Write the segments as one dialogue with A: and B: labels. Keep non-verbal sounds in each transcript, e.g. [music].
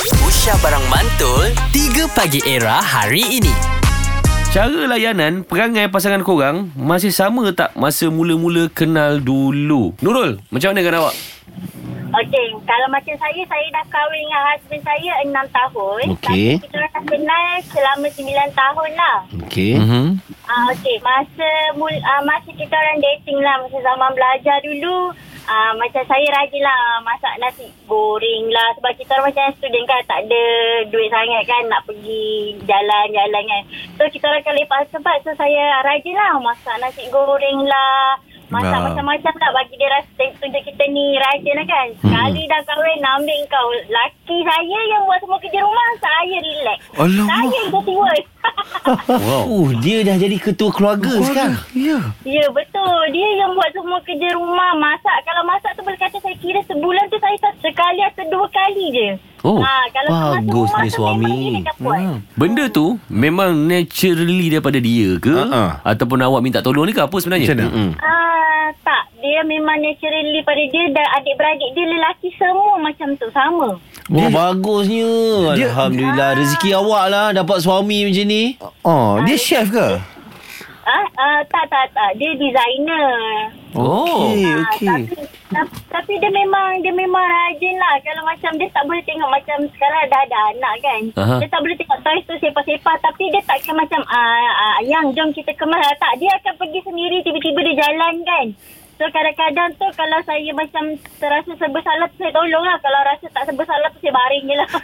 A: Aisyah Barang Mantul 3 Pagi Era hari ini
B: Cara layanan perangai pasangan korang masih sama tak masa mula-mula kenal dulu? Nurul, macam mana dengan awak?
C: Okey, kalau macam saya, saya dah kahwin dengan husband saya 6 tahun.
D: Okey.
C: Tapi kita orang kenal selama 9 tahun lah.
D: Okey. Mm-hmm.
B: Mm-hmm.
C: Ah, Okey, masa mul, ah, masa kita orang dating lah, masa zaman belajar dulu, ah, macam saya rajin lah masak nasi goreng lah. Sebab kita orang macam student kan, tak ada duit sangat kan nak pergi jalan-jalan kan. So, kita orang akan lepak sebab so saya rajin lah masak nasi goreng lah. Masak
D: Wow.
C: macam-macam lah bagi dia rasa tunjuk kita ni rajin lah kan. Sekali dah kahwin ambil kau. Laki saya yang buat semua kerja rumah, saya relax.
D: Alamak.
C: Saya yang dirty [laughs] work.
D: Wow. Oh, dia dah jadi ketua keluarga, keluarga. sekarang. Ya.
C: Ya betul Dia yang buat semua kerja rumah Masak Kalau masak tu boleh kata Saya kira sebulan tu Saya satu- sekali atau dua kali je Ha,
B: Oh,
C: kalau semasa
D: bagus
C: rumah
D: ni
C: tu
D: suami.
C: memang dia akan buat.
B: Benda tu memang naturally daripada dia ke?
D: Ha-ha.
B: Ataupun awak minta tolong ni ke apa sebenarnya? Hmm.
D: Macam mana?
B: Mm-mm.
C: Ah, tak Dia memang naturally pada dia Dan adik-beradik dia lelaki semua Macam tu sama
D: Wah, bagusnya. Dia, Alhamdulillah. Rezeki awak lah dapat suami macam ni.
E: Oh, dia chef ke?
C: ah, ah, Tak tak tak Dia designer
B: Oh.
E: Okey,
C: Ah, tapi,
E: okey.
C: tapi, tapi dia memang Dia memang rajin lah Kalau macam dia tak boleh tengok Macam sekarang dah ada anak kan
B: Aha.
C: Dia tak boleh tengok toys tu sepah-sepah Tapi dia takkan macam ah, ah, Yang jom kita kemas Ah, Tak dia akan pergi sendiri Tiba-tiba dia jalan kan So kadang-kadang tu Kalau saya macam Terasa serba salah tu Saya tolong lah Kalau rasa tak serba salah tu Saya baring je
B: [laughs]
C: lah [laughs]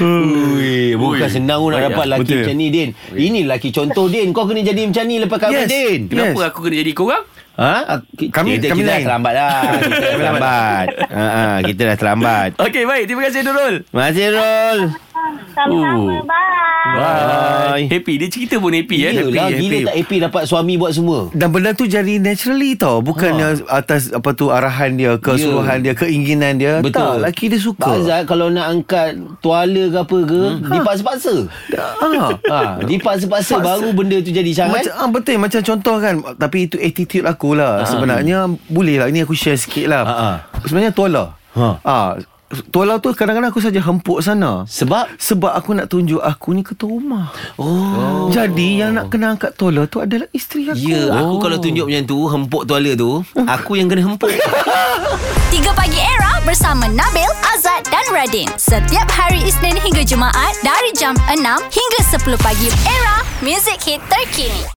D: Ui, bukan
B: Ui.
D: senang pun nak
B: Baik
D: dapat
B: lah.
D: laki
E: Betul.
D: macam ni, Din. Ini laki contoh, Din. Kau kena jadi macam ni lepas kahwin,
E: Yes.
D: Din.
B: Kenapa
E: Yes.
B: aku kena jadi korang?
D: Ha?
E: Kami-
D: kita,
E: [laughs]
D: kita
E: kami
D: dah
E: lain.
D: terlambat lah. Kita dah terlambat. Ha, ha, kita dah terlambat.
B: Okey, baik. Terima kasih Nurul.
D: Masih roll.
B: Oh.
C: Sama-sama Bye
D: Bye.
B: Happy. Dia cerita pun happy. eh?
D: Eh. Yelah,
B: happy,
D: gila
B: happy.
D: tak happy dapat suami buat semua.
E: Dan benda tu jadi naturally tau Bukan ha. atas apa tu arahan dia Kesuruhan
D: Ya.
E: yeah. dia Keinginan dia Tak, laki dia
D: Pak
E: suka
D: Azad kalau nak angkat tuala ke apa ke, hmm.
E: [laughs]
D: dipaksa-paksa. [laughs]
E: ha.
D: ha, dipaksa-paksa baru benda tu jadi
E: Macam,
D: syarat.
E: ah, betul macam contoh kan Tapi itu attitude aku lah uh-huh. Sebenarnya Boleh lah Ini aku share sikit lah
D: Ha,
E: uh-huh. Sebenarnya tuala
D: Ha.
E: uh, Tuala tu kadang-kadang aku saja hempuk sana
D: Sebab
E: Sebab aku nak tunjuk aku ni ketua rumah oh. Jadi yang nak kena angkat tuala tu adalah isteri aku
D: Ya, aku kalau tunjuk macam tu, hempuk tuala tu, aku yang kena hempuk.
F: 3 Pagi Era bersama Nabil, Azad dan Radin. Setiap hari Isnin hingga Jumaat dari jam 6 hingga 10 pagi. Era, music hit terkini.